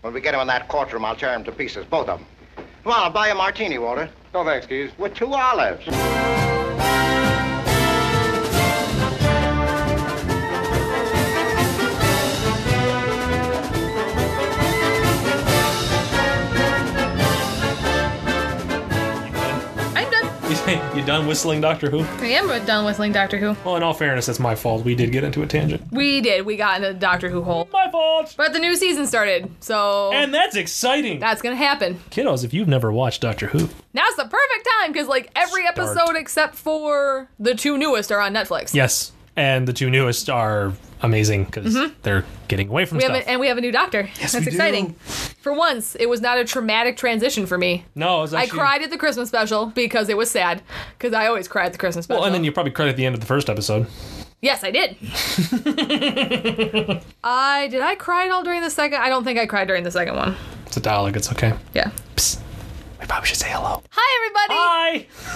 When we get him in that courtroom, I'll tear him to pieces, both of them. Come on, I'll buy you a martini, Walter, No thanks, Keys. with two olives. I'm done. You say you done whistling Doctor Who? I am done whistling Doctor Who. Well, in all fairness, it's my fault. We did get into a tangent. We did. We got into the Doctor Who hole. My fault. But the new season started, so And that's exciting. that's gonna happen. Kiddos, if you've never watched Doctor Who, Now's the perfect time because like every Start. episode except for the two newest are on Netflix. yes, and the two newest are amazing because they're getting away from Mm-hmm. We have stuff. a, and we have a new doctor. That's we do. exciting. For once, it was not a traumatic transition for me. no, it was I actually- cried at the Christmas special because it was sad. Because I always cry at the Christmas special. Well, and then you probably cried at the end of the first episode. Yes, I did. I did. I cry at all during the second. I don't think I cried during the second one. It's a dialogue. It's okay. Yeah. Psst. We probably should say hello. Hi everybody.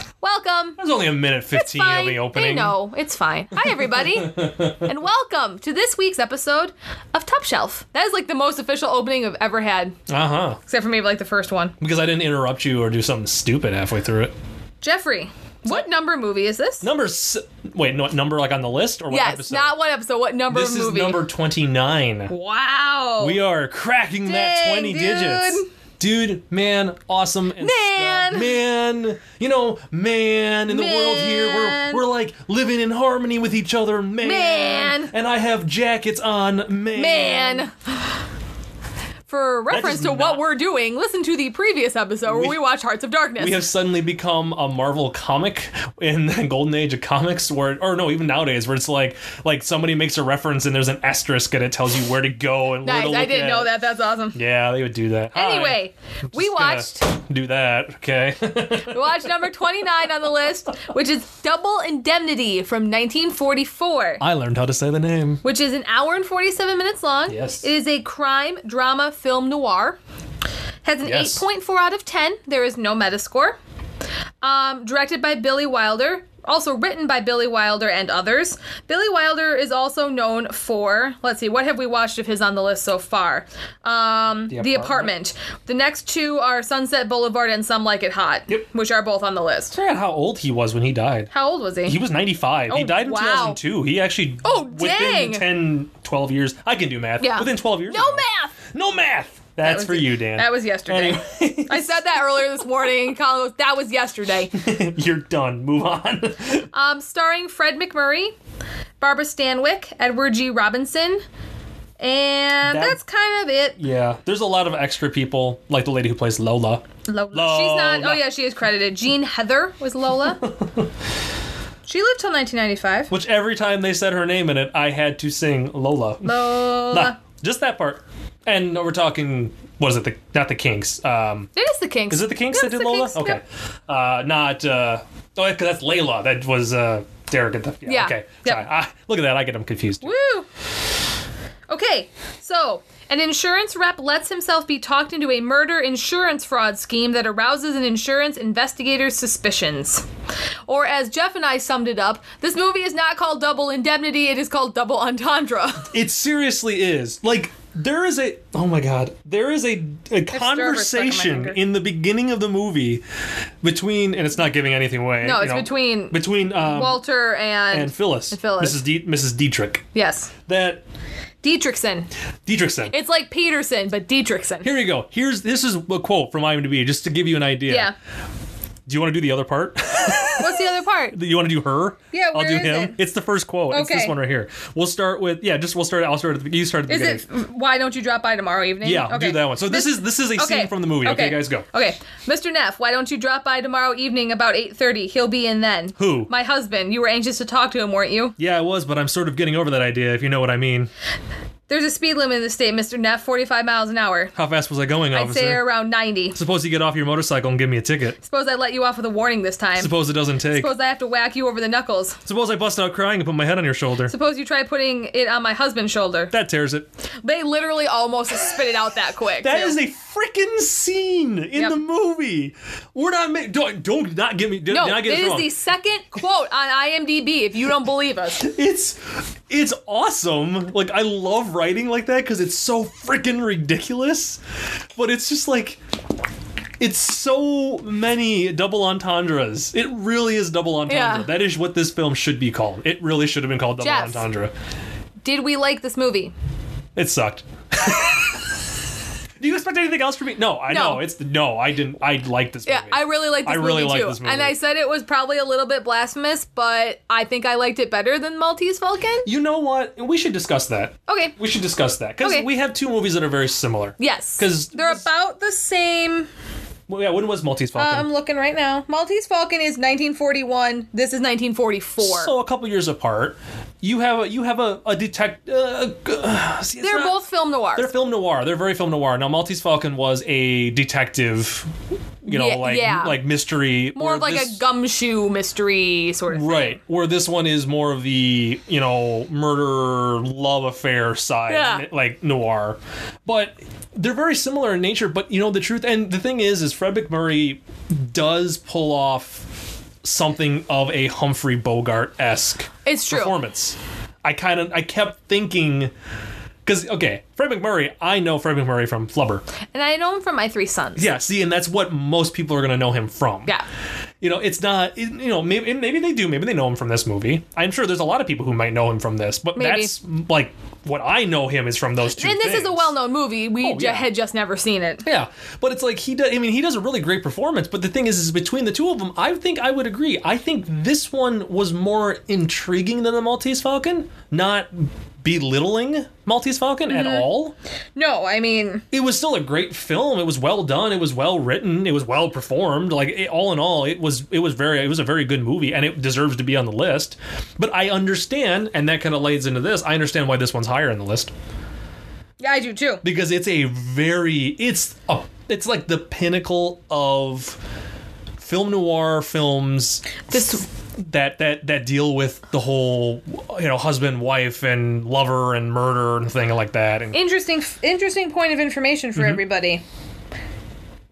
Hi. Welcome. That was only a minute It's fifteen fine. of the opening. They know. It's fine. Hi, everybody. and welcome to this week's episode of Top Shelf. That is like the most official opening I've ever had, Uh huh. except for maybe like the first one. Because I didn't interrupt you or do something stupid halfway through it. Jeffrey, what number movie is this? Number s- wait, no, number like on the list or what yes, episode? not what episode. What number this movie? is number twenty nine. wow. We are cracking that Dang, 20 dude. digits. Dude, man, awesome. And Man. stuff. Man. You know, man, in the world here, we're, Man. we're like living in harmony with each other, man. Man. And I have jackets on, man. Man. For reference does to what not- we're doing, listen to the previous episode where We- we watch Hearts of Darkness. We have suddenly become a Marvel comic in the golden age of comics, where or no, even nowadays, where it's like like somebody makes a reference and there's an asterisk and it tells you where to go and where nice. to look I didn't at. know that. That's awesome. Yeah, they would do that. Hi. Anyway, we Just gonna watched do that. Okay. We watched number 29 on the list, which is Double Indemnity from 1944, I learned how to say the name. which is an hour and 47 minutes long. Yes. It is a crime drama film noir. Has an Yes. 8.4 out of 10. There is no Metascore. Um, directed by Billy Wilder. Also written by Billy Wilder and others. Billy Wilder is also known for, let's see, what have we watched of his on the list so far? Um, the, apartment. Apartment. The next two are Sunset Boulevard and Some Like It Hot, Yep. which are both on the list. I forgot how old he was when he died. How old was he? He was 95. he Oh, died in wow. 2002. He actually Oh, within dang. 10 12 years. I can do math. Yeah. Within 12 years. no ago. math. No math. That's was for it. you, Dan. That was yesterday. Anyway, I said that earlier this morning. Colin goes, that was yesterday. you're done. Move on. Um, starring Fred McMurray, Barbara Stanwyck, Edward G. Robinson, and That- that's kind of it. yeah. There's a lot of extra people like the lady who plays Lola. Lola. She's not. Lola. Oh yeah, she is credited. Jean Heather was Lola. she lived till 1995. Which every time they said her name in it, I had to sing Lola. Lola. Nah, just that part. And we're talking what is it? The not the Kinks. Um It is the Kinks. Is it the Kinks Yeah, that it's did the Lola? Kinks, okay. yep. Uh, not. Uh, oh, because that's Layla. That was uh, Derek at the. Yeah. Yeah, Okay. yep. Sorry. Ah, look at that. I get them confused. Woo! Okay, so an insurance rep lets himself be talked into a murder insurance fraud scheme that arouses an insurance investigator's suspicions. Or as Jeff and I summed it up, this movie is not called Double Indemnity, it is called Double Entendre. It seriously is. Like, there is a. Oh my God. There is a, a conversation finger. in the beginning of the movie between. And it's not giving anything away. No, you it's know, between Between um, Walter and, and Phyllis. and Phyllis. Mrs. De- Mrs. Dietrich. Yes, That. Dietrichson. Dietrichson. It's like Peterson, but Dietrichson. Here you go. Here's this is a quote from IMDb just to give you an idea. yeah. Do you want to do the other part? What's the other part? You want to do her? Yeah, I'll where do is him. it? It's the first quote. It's this Okay. one right here. We'll start with yeah. Just we'll start. I'll start at the you start at the Is beginning. it why don't you drop by tomorrow evening? Yeah, I'll do that one. So this, is this is a scene from the movie. Okay, guys, go. Okay, Mr. Neff, why don't you drop by tomorrow evening about eight thirty? He'll be in then. Who? My husband. You were anxious to talk to him, weren't you? Yeah, I was, but I'm sort of getting over that idea. If you know what I mean. There's a speed limit in the state, Mr. Neff, forty-five miles an hour. How fast was I going, I'd say uh, officer? around ninety. Suppose you get off your motorcycle and give me a ticket. Suppose I let you off with a warning this time. Suppose it doesn't take. Suppose, Suppose I have to whack you over the knuckles. I bust out crying and put my head on your shoulder. Suppose you try putting it on my husband's shoulder. that tears it. They literally almost spit it out that quick. That too. is a freaking scene in Yep. the movie. We're not ma- don't don't not get me do No, not it get this is wrong. the second quote on IMDb. If you don't believe us, it's it's awesome. Like I love writing like that because it's so freaking ridiculous, but it's just like it's so many double entendres. It really is double entendre. Yeah. That is what this film should be called. It really should have been called double Jeff. entendre. did we like this movie? It sucked. Do you expect anything else from me? No, I No. know it's no. I didn't. I liked this Yeah, movie. I really like this I really movie like too. this movie. And I said it was probably a little bit blasphemous, but I think I liked it better than Maltese Falcon. You know what? We should discuss that. Okay. We should discuss that because Okay. we have two movies that are very similar. Yes. 'Cause- they're about the same. Well, yeah. When was Maltese Uh, Falcon? I'm looking right now. Maltese Falcon is 1941. This is 1944. So a couple years apart. You have a you have a a detect. Uh, uh, see, it's they're not- both film noirs. They're film noir. They're very film noir. Now Maltese Falcon was a detective, you know, Yeah, like yeah. like mystery. More where of like this- a gumshoe mystery sort of. Right, where this one is more of the you know murder love affair side, Yeah. like noir, but they're very similar in nature. But you know the truth, and the thing is, is Fred McMurray does pull off something of a Humphrey Bogart esque It's true. performance. I kind of I kept thinking because okay, Fred McMurray, I know Fred McMurray from Flubber. And I know him from My Three Sons. Yeah, see, and that's what most people are gonna know him from Yeah. you know, it's not, it- you know, maybe maybe they do, maybe they know him from this movie. I'm sure there's a lot of people who might know him from this, but Maybe. that's like what I know him is from those two. And this is a things. well-known movie. We Oh, ju- yeah. had just never seen it. Yeah, but it's like he does. I mean, he does a really great performance. But the thing is, is between the two of them, I think I would agree. I think this one was more intriguing than the Maltese Falcon, not belittling Maltese Falcon Mm-hmm. at all. No, I mean, It was still a great film. It was well done. It was well written. It was well performed. Like it, all in all, it was it was very it was a very good movie, and it deserves to be on the list. But I understand, and that kind of lays into this. I understand why this one's higher on the list yeah, I do too. because it's a very it's a it's like the pinnacle of film noir films This that that that deal with the whole you know husband wife and lover and murder and thing like that and interesting, interesting point of information for everybody.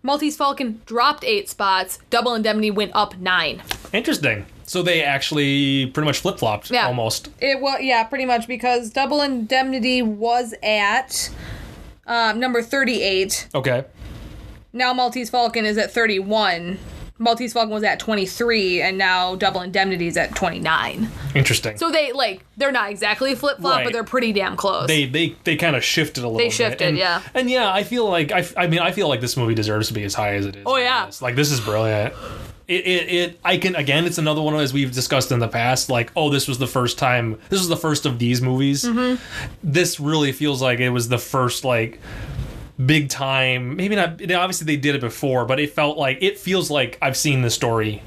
Maltese Falcon dropped eight spots. Double Indemnity went up nine. Interesting. So they actually pretty much flip flopped Yeah. almost. It was yeah, pretty much because Double Indemnity was at um, number thirty-eight. Okay. Now Maltese Falcon is at thirty-one. Maltese Falcon was at twenty-three, and now Double Indemnity is at twenty-nine. Interesting. So they like they're not exactly flip-flop, Right. but they're pretty damn close. they they they kind of shifted a little. bit. shifted, and, yeah. And yeah, I feel like I, f- I mean I feel like this movie deserves to be as high as it is. Oh, yeah. Like this is brilliant. It, it, it I can again it's another one as we've discussed in the past like oh this was the first time this was the first of these movies Mm-hmm. this really feels like it was the first like big time maybe not you know, obviously they did it before but it felt like it feels like I've seen the story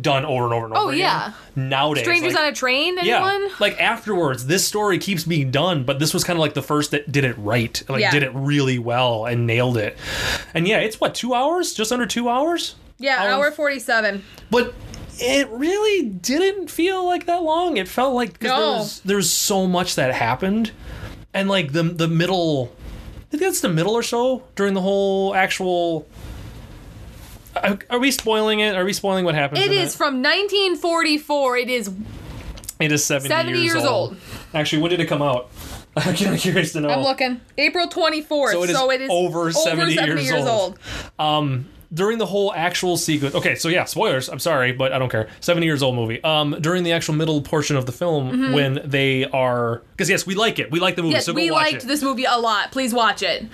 done over and over and Oh, over again. nowadays Strangers like- on a Train. yeah, Anyone? like afterwards, this story keeps being done, but this was kind of like the first that did it right, like Yeah. did it really well and nailed it. And yeah, it's what two hours, just under two hours, Yeah, Hour- hour forty-seven. but it really didn't feel like that long. It felt like 'cause No. there was there's so much that happened, and like the the middle, I think that's the middle or so during the whole actual. Are, are we spoiling it? Are we spoiling what happens? It in is from 1944. It is. It is seventy, 70 years, years old. old. Actually, when did it come out? I'm kind of curious to know. I'm looking. April 24th. So it is over 70 years old. um during the whole actual sequence okay so yeah spoilers i'm sorry but i don't care 70 years old movie um during the actual middle portion of the film when they are because yes we like it we like the movie Mm-hmm. Yes, so go we watch liked it this movie a lot. Please watch it.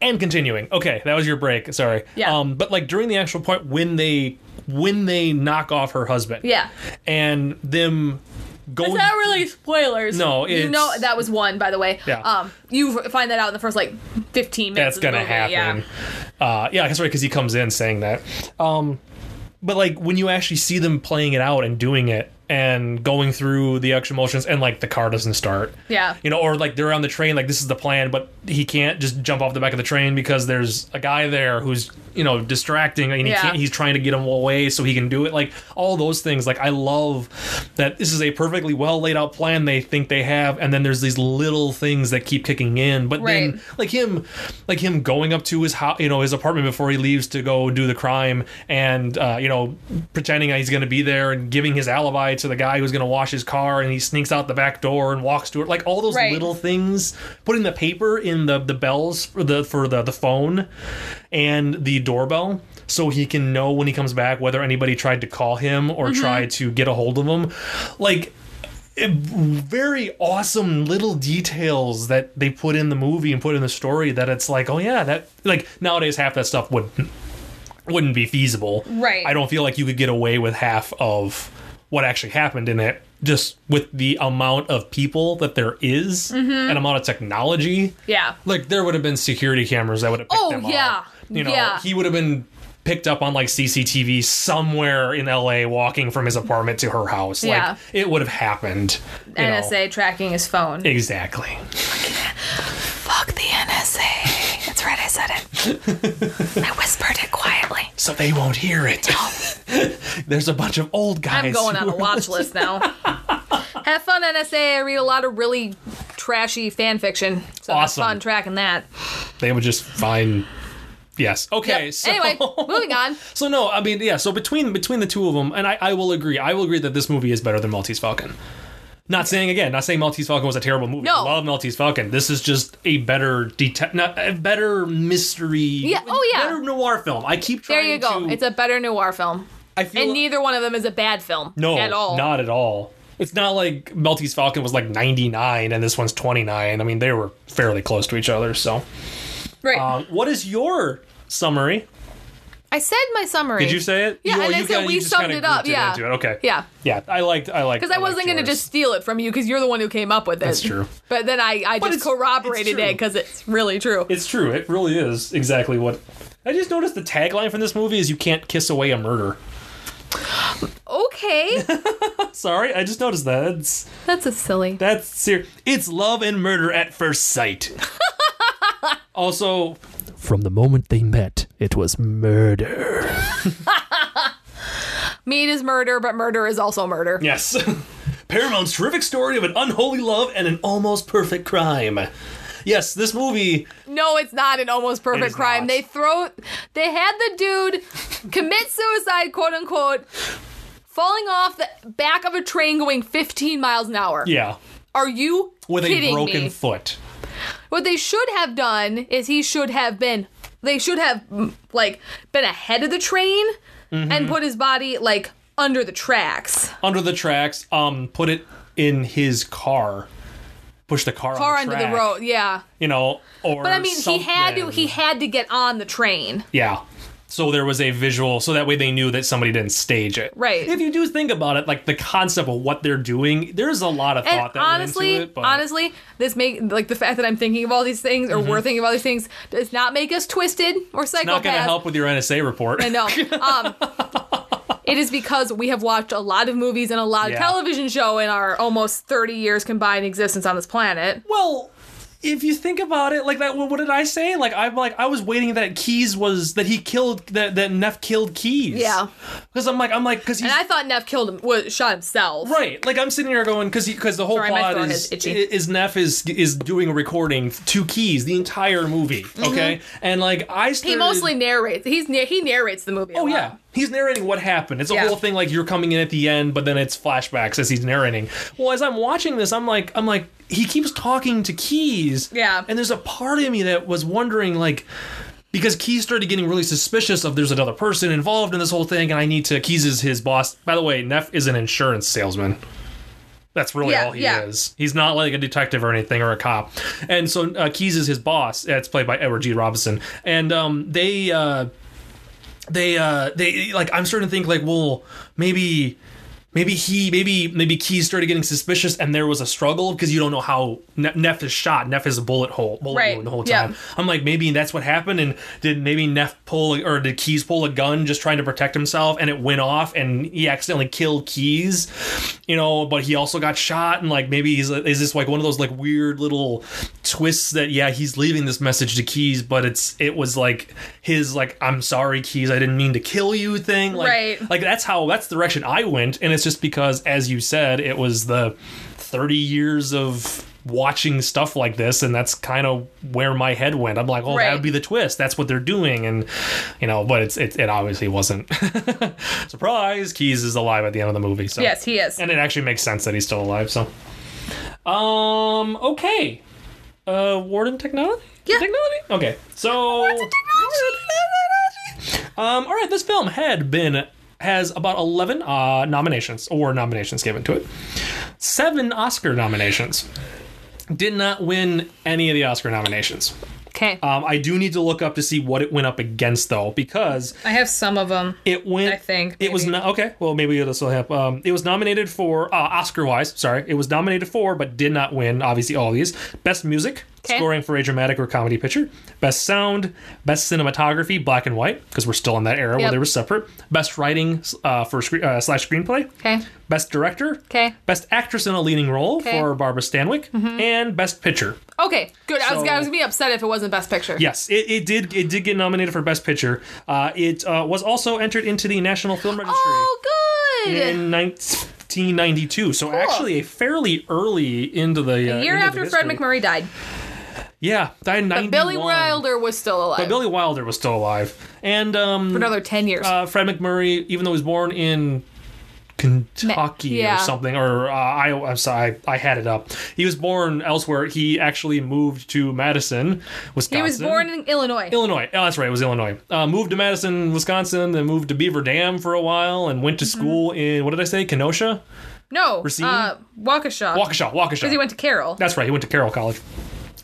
and continuing okay that was your break sorry Yeah. um but like during the actual point when they when they knock off her husband Yeah. and them It's going not really spoilers. No, you it's- know that was one, by the way. Yeah. Um, you f- find that out in the first like 15 minutes. that's of the gonna movie, happen. Uh, yeah, that's right, because he comes in saying that. Um, but like when you actually see them playing it out and doing it and going through the extra motions and like the car doesn't start. Yeah. You know, or like they're on the train, like this is the plan, but he can't just jump off the back of the train because there's a guy there who's you know distracting and he Yeah. can't, he's trying to get him away so he can do it like all those things like i love that this is a perfectly well laid out plan they think they have and then there's these little things that keep kicking in but Right. then like him like him going up to his house you know his apartment before he leaves to go do the crime and uh, you know pretending he's going to be there and giving his alibi to the guy who's going to wash his car and he sneaks out the back door and walks to it like all those Right. little things putting the paper in the the bells for the for the the phone and the doorbell so he can know when he comes back whether anybody tried to call him or tried to get a hold of him like it- very awesome little details that they put in the movie and put in the story that it's like oh yeah that like nowadays half that stuff would wouldn't be feasible Right. i don't feel like you could get away with half of what actually happened in it just with the amount of people that there is and amount of technology Yeah. like there would have been security cameras that would have picked Oh, them yeah. up. You know, Yeah. he would have been picked up on like CCTV somewhere in LA walking from his apartment to her house. Like Yeah. it would have happened. you know. NSA tracking his phone. Exactly. Fuck the NSA. That's right, I said it. I whispered it quietly. So they won't hear it. There's a bunch of old guys. I'm going who- on a watch list now. Have fun, NSA. I read a lot of really trashy fan fiction. So have Awesome. fun tracking that. They would just find. Yes. Okay. Yep. So, Anyway, moving on. So no, I mean, yeah. So between between the two of them, and I, I will agree. I will agree that this movie is better than Maltese Falcon. Not saying again, not saying Maltese Falcon was a terrible movie. No. love Maltese Falcon. This is just a better detect, not a better mystery. Yeah. oh, yeah. Better noir film. I keep There trying. you go. To, It's a better noir film. I feel And neither one of them is a bad film. no, At all. Not at all. It's not like Maltese Falcon was like 99 and this one's 29. I mean, they were fairly close to each other. So, right. um, what is your summary? I said my summary. Did you say it? Yeah, you, and I said kinda- we just summed kinda it up, grouped yeah. into it. Okay. Yeah. Yeah, I liked. I liked. Because I wasn't going to just steal it from you because you're the one who came up with it. That's true. But then I, I just it's- it's corroborated true. it because it's really true. It's true. It really is exactly what. I just noticed the tagline from this movie is "You can't kiss away a murder." okay. Sorry, I just noticed that. That's That's a silly. that's ser- It's love and murder at first sight. also, from the moment they met, it was murder. Meat is murder, but murder is also murder. Yes. Paramount's terrific story of an unholy love and an almost perfect crime. Yes, this movie No, it's not an almost perfect is crime. not. They throw they had the dude commit suicide, quote unquote, falling off the back of a train going 15 miles an hour. Yeah. Are you With kidding a broken me? foot. What they should have done is he should have been they should have mm, like been ahead of the train and put his body like under the tracks. Mm-hmm. Under the tracks, um, put it in his car. Push the car, Or on the under the track, road, yeah. You know, or But I mean, he had to he had to get on the train. Yeah. So there was a visual, so that way they knew that somebody didn't stage it. Right. If you do think about it, like the concept of what they're doing, there's a lot of and thought that honestly, went into it. But honestly, this make like the fact that I'm thinking of all these things or we're thinking of all these things does not make us twisted or psychopaths. Mm-hmm. not going to help with your NSA report. I know. Um, it is because we have watched a lot of movies and a lot of Yeah. television show in our almost 30 years combined existence on this planet. Well, if you think about it, like that, what did I say? Like I'm like I was waiting that Keys was that he killed that that Neff killed Keys. Yeah. Because I'm like I'm like because he's And I thought Neff killed him, was, shot himself. right. Like I'm sitting here going because because the whole Sorry, my plot throat is, is itchy. is Neff is is doing a recording to Keys the entire movie. Okay, and like I started, Mm-hmm. He mostly narrates. He's na- he narrates the movie. a Oh lot. yeah, he's narrating what happened. It's a Yeah. whole thing like you're coming in at the end, but then it's flashbacks as he's narrating. Well, as I'm watching this, I'm like, I'm like, he keeps talking to Keys. Yeah. And there's a part of me that was wondering, like, because Keys started getting really suspicious of there's another person involved in this whole thing, and I need to. Keys is his boss. By the way, Neff is an insurance salesman. That's really Yeah, all he yeah. is. He's not like a detective or anything or a cop. And so uh, Keys is his boss. It's played by Edward G. Robinson, and um, they. Uh, they uh they like i'm starting to think like well maybe maybe he maybe maybe Key started getting suspicious and there was a struggle because you don't know how Ne- Neff is shot. Neff is a bullet hole, bullet Right, wound the whole yeah. time. I'm like maybe that's what happened and did maybe Neff pull or did Keys pull a gun just trying to protect himself and it went off and he accidentally killed Keys, you know. But he also got shot and like maybe he's is this like one of those like weird little twists that yeah he's leaving this message to Keys but it's it was like his like I'm sorry Keys I didn't mean to kill you thing like Right. like that's how that's the direction I went, and it's just because, as you said, it was the thirty years of watching stuff like this, and that's kind of where my head went. I'm like, oh, Right. that would be the twist. That's what they're doing, and you know, but it's it, it obviously wasn't. Surprise! Keys is alive at the end of the movie. So Yes, he is. and it actually makes sense that he's still alive. So, um, okay. Uh, Warden technology. Yeah. Technology. Okay. So. Um, all right, this film had been has about 11 uh, nominations or nominations given to it. 7 Oscar nominations. Did not win any of the Oscar nominations. Okay. Um, I do need to look up to see what it went up against though because I have some of them. it went. I think, it was maybe. not okay. Well, maybe this will help. Um, it was nominated for uh, Oscar-wise. Sorry, it was nominated for, but did not win. Obviously, all these best music, Okay. scoring for a dramatic or comedy picture, best sound, best cinematography, black and white, because we're still in that era where Yep. they were separate. Best writing uh, for scre- uh, slash screenplay. Okay. Best director. Okay. Best actress in a leading role Okay. Mm-hmm. for Barbara Stanwyck, and best picture. Okay. Good. I was So- I was gonna be upset if it wasn't Best Picture. Yes, it, it did. It did get nominated for best picture. Uh, it uh, was also entered into the National Film Registry. Oh, good. in 1992. So actually, a fairly early into the uh, a year into the after Fred history. McMurray died, Yeah, died in but Billy 91. Wilder was still alive But Billy Wilder was still alive, and um, for another ten years. uh, Fred McMurray, even though he was born in Kentucky Ma- yeah. or something, or uh, I, I'm sorry, I, I had it up. He was born elsewhere. He actually moved to Madison, Wisconsin. he was born in Illinois. Illinois. Oh, that's right. It was Illinois. Uh, moved to Madison, Wisconsin, then moved to Beaver Dam for a while, and went to Mm-hmm. school in what did I say? Kenosha, no, Racine? uh, Waukesha. Waukesha, Waukesha. Because he went to Carroll. That's right. He went to Carroll College.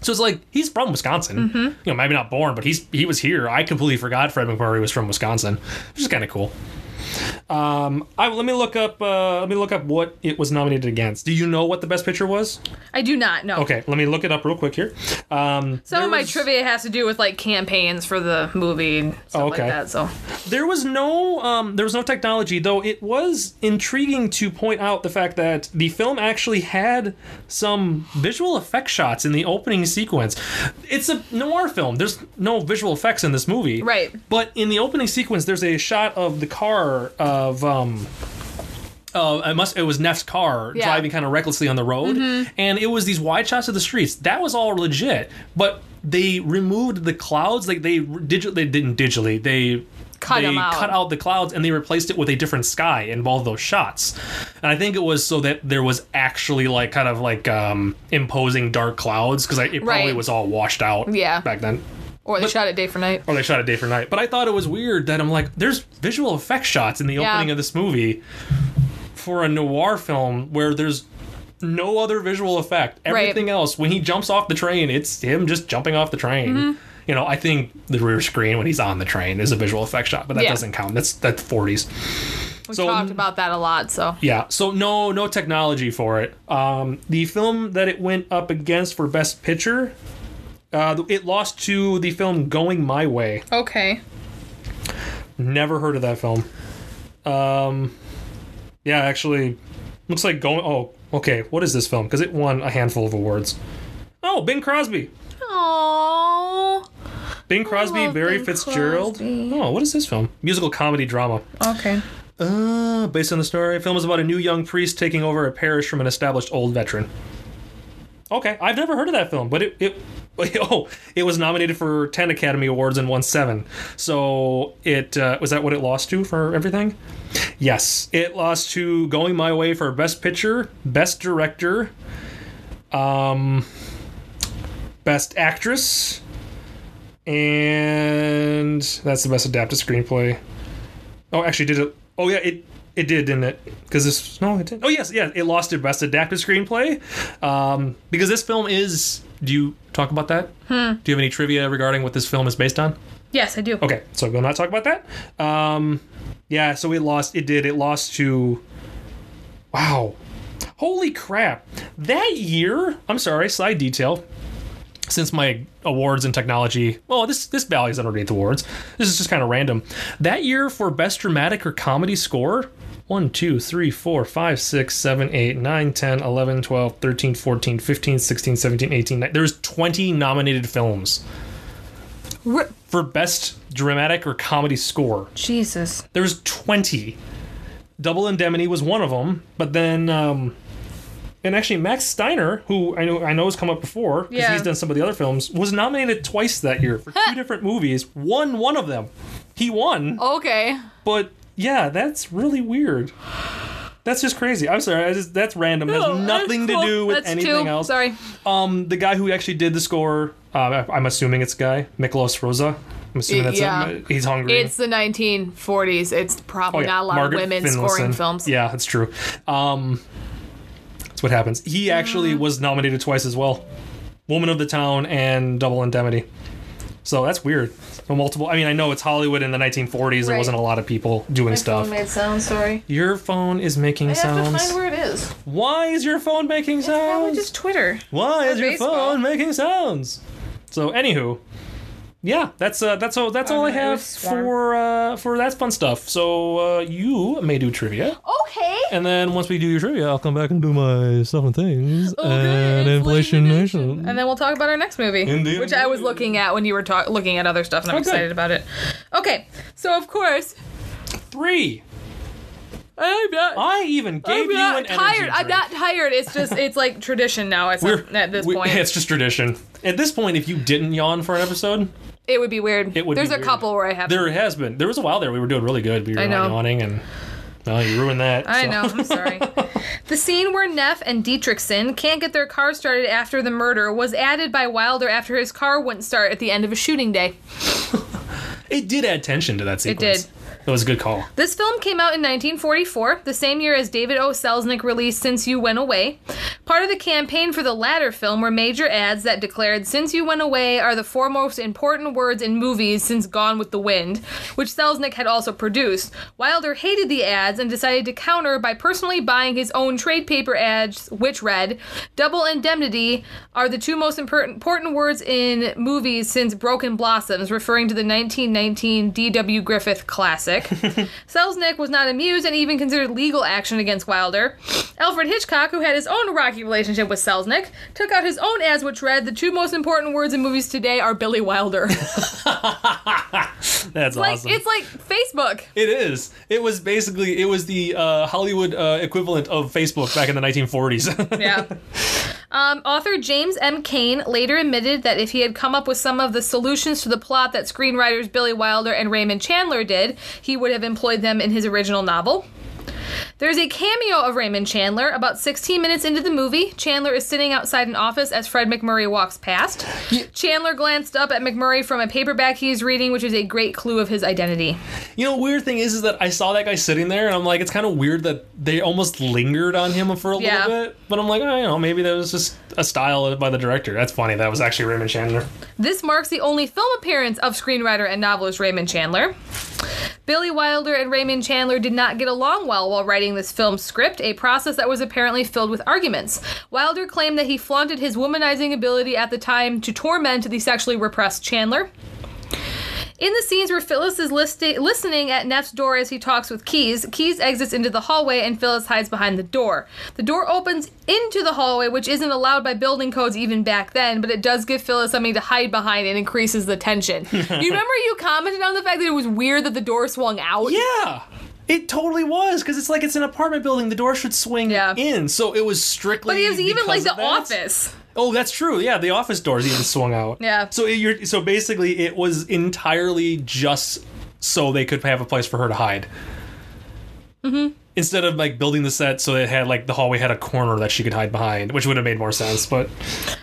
So it's like he's from Wisconsin. Mm-hmm. You know, maybe not born, but he's he was here. I completely forgot Fred McMurray was from Wisconsin, which is kind of cool. Um, I, let me look up. Uh, let me look up what it was nominated against. Do you know what the best picture was? I do not know. Okay, let me look it up real quick here. Um, Some there of my was- trivia has to do with like campaigns for the movie and stuff Oh, okay. like that. So There was no um, there was no technology though. It was intriguing to point out the fact that the film actually had some visual effect shots in the opening sequence. It's a noir film. There's no visual effects in this movie, Right. But in the opening sequence, there's a shot of the car of. Um, uh, it must. It was Neff's car Yeah. Mm-hmm. driving kind of recklessly on the road, and it was these wide shots of the streets. That was all legit, but they removed the clouds. Like they digi- they didn't digitally. They Cut they 'em out. cut out the clouds and they replaced it with a different sky in both those shots. And I think it was so that there was actually like kind of like um imposing dark clouds because it probably Right. was all washed out. Yeah. back then. or they shot it day for night. Or they shot it day for night. But I thought it was weird that I'm like, there's visual effects shots in the Yeah. opening of this movie for a noir film where there's no other visual effect. Right. Everything else, when he jumps off the train, it's him just jumping off the train. Mm-hmm. You know, I think the rear screen when he's on the train is a visual effect shot, but that Yeah. doesn't count. That's that's 40s. We So- um, talked about that a lot. So Yeah, so no no technology for it. Um, the film that it went up against for best picture, uh, it lost to the film Going My Way. okay, Never heard of that film. Um, yeah, actually, looks like going. Oh, okay. What is this film? Because it won a handful of awards. Oh, Bing Crosby. oh, Bing Crosby, love Barry Bing Fitzgerald. Crosby. Oh, what is this film? Musical comedy drama. okay, Uh, based on the story, film is about a new young priest taking over a parish from an established old veteran. Okay, I've never heard of that film, but it it oh, it was nominated for ten Academy Awards and won seven. So it uh, was that what it lost to for everything? Yes, it lost to Going My Way for Best Picture, Best Director, um, Best Actress, and that's the Best Adapted Screenplay. Oh, actually, did it? Oh, yeah, it it did, didn't it? Because this no, it did. not Oh, yes, yeah, it lost its best adapted screenplay. Um, because this film is. Do you talk about that? Do you have any trivia regarding what this film is based on? yes, I do. Okay, so we'll not talk about that. Um, yeah, so it lost. It did. It lost to Wow. Holy crap. That year, I'm sorry, side detail. Since my awards and technology, well, this this values underneath awards. This is just kind of random. That year for best dramatic or comedy score, 1, 2, 3, 4, 5, 6, 7, 8, 9, 10, 11, 12, 13, 14, 15, 16, 17, 18, 19. There's 20 nominated films R- for best dramatic or comedy score. Jesus. There's 20. Double Indemnity was one of them, but then um and actually Max Steiner, who I know I know has come up before because Yeah. he's done some of the other films, was nominated twice that year for two different movies. Won one of them. He won, Okay. but yeah, that's really weird. That's just crazy. I'm sorry. I just, that's random. It No, has nothing that's to cool. do with Oh, That's anything two. else. Sorry. Um, the guy who actually did the score, uh, I'm assuming it's a guy, Miklos Rosa. I'm assuming that's Yeah. him. He's hungry. Oh, It's the 1940s. It's probably not a lot Margaret of women Finlayson. scoring films. Yeah, that's true. Um, that's what happens. He actually was nominated twice as well, Woman of the Town and Double Indemnity. So that's weird. So multiple. I mean, I know it's Hollywood in the 1940s. There Right. wasn't a lot of people doing stuff. sounds. Sorry. your phone is making sounds. where it is. Why is your phone making sounds? just Twitter. Why is your baseball. phone making sounds? So, anywho, yeah, that's uh, that's all. That's all I it have was warm. for uh, for that's fun stuff. So uh, you may do trivia. Okay. And then once we do your trivia, I'll come back and do my stuff and things Oh, and inflation nation. And then we'll talk about our next movie, Indiana which I was looking at when you were talk- looking at other stuff, and I'm Oh, good. excited about it. Okay, so of course, Three. I'm not. I even gave I'm you not an tired. Energy I'm drink. not tired. It's just it's like tradition now. It's We're- at this we- point. It's just tradition. At this point, if you didn't yawn for an episode, It would be weird. It would be There's a weird. couple where I have. there has been. There was a while there we were doing really good. We were I know. not yawning, and well, you ruined that. I so. know. I'm sorry. the scene where Neff and Dietrichson can't get their car started after the murder was added by Wilder after his car wouldn't start at the end of a shooting day. It did add tension to that sequence. did. That was a good call. This film came out in 1944, the same year as David O. Selznick released Since You Went Away. Part of the campaign for the latter film were major ads that declared Since You Went Away are the four most important words in movies since Gone with the Wind, which Selznick had also produced. Wilder hated the ads and decided to counter by personally buying his own trade paper ads, which read, Double indemnity are the two most impor- important words in movies since Broken Blossoms, referring to the 1919 D.W. Griffith classic. Selznick was not amused and even considered legal action against Wilder. Alfred Hitchcock, who had his own rocky relationship with Selznick, took out his own ads which read, The two most important words in movies today are Billy Wilder. That's like, awesome. It's like Facebook. It is. It was basically it was the uh, Hollywood uh, equivalent of Facebook back in the 1940s. yeah. Um, author James M. Cain later admitted that if he had come up with some of the solutions to the plot that screenwriters Billy Wilder and Raymond Chandler did, he would have employed them in his original novel. There's a cameo of Raymond Chandler. About 16 minutes into the movie, Chandler is sitting outside an office as Fred McMurray walks past. Chandler glanced up at McMurray from a paperback he is reading, which is a great clue of his identity. you know, weird thing is is that I saw that guy sitting there, and I'm like, it's kind of weird that they almost lingered on him for a Yeah. little bit. But I'm like, oh, you know, maybe that was just a style by the director. That's funny. That was actually Raymond Chandler. This marks the only film appearance of screenwriter and novelist Raymond Chandler. Billy Wilder and Raymond Chandler did not get along well while writing this film's script, a process that was apparently filled with arguments. Wilder claimed that he flaunted his womanizing ability at the time to torment the sexually repressed Chandler. In the scenes where Phyllis is listi- listening at Neff's door as he talks with Keys, Keys exits into the hallway and Phyllis hides behind the door. The door opens into the hallway, which isn't allowed by building codes even back then, but it does give Phyllis something to hide behind and increases the tension. you remember you commented on the fact that it was weird that the door swung out? Yeah. It totally was because it's like it's an apartment building. The door should swing Yeah. in, so it was strictly. But it was even like because the of that. office. Oh, that's true. Yeah, the office doors even swung out. Yeah. So it, you're so basically it was entirely just so they could have a place for her to hide. Mm-hmm. Mm-hmm. Instead of like building the set so it had like the hallway had a corner that she could hide behind, which would have made more sense. But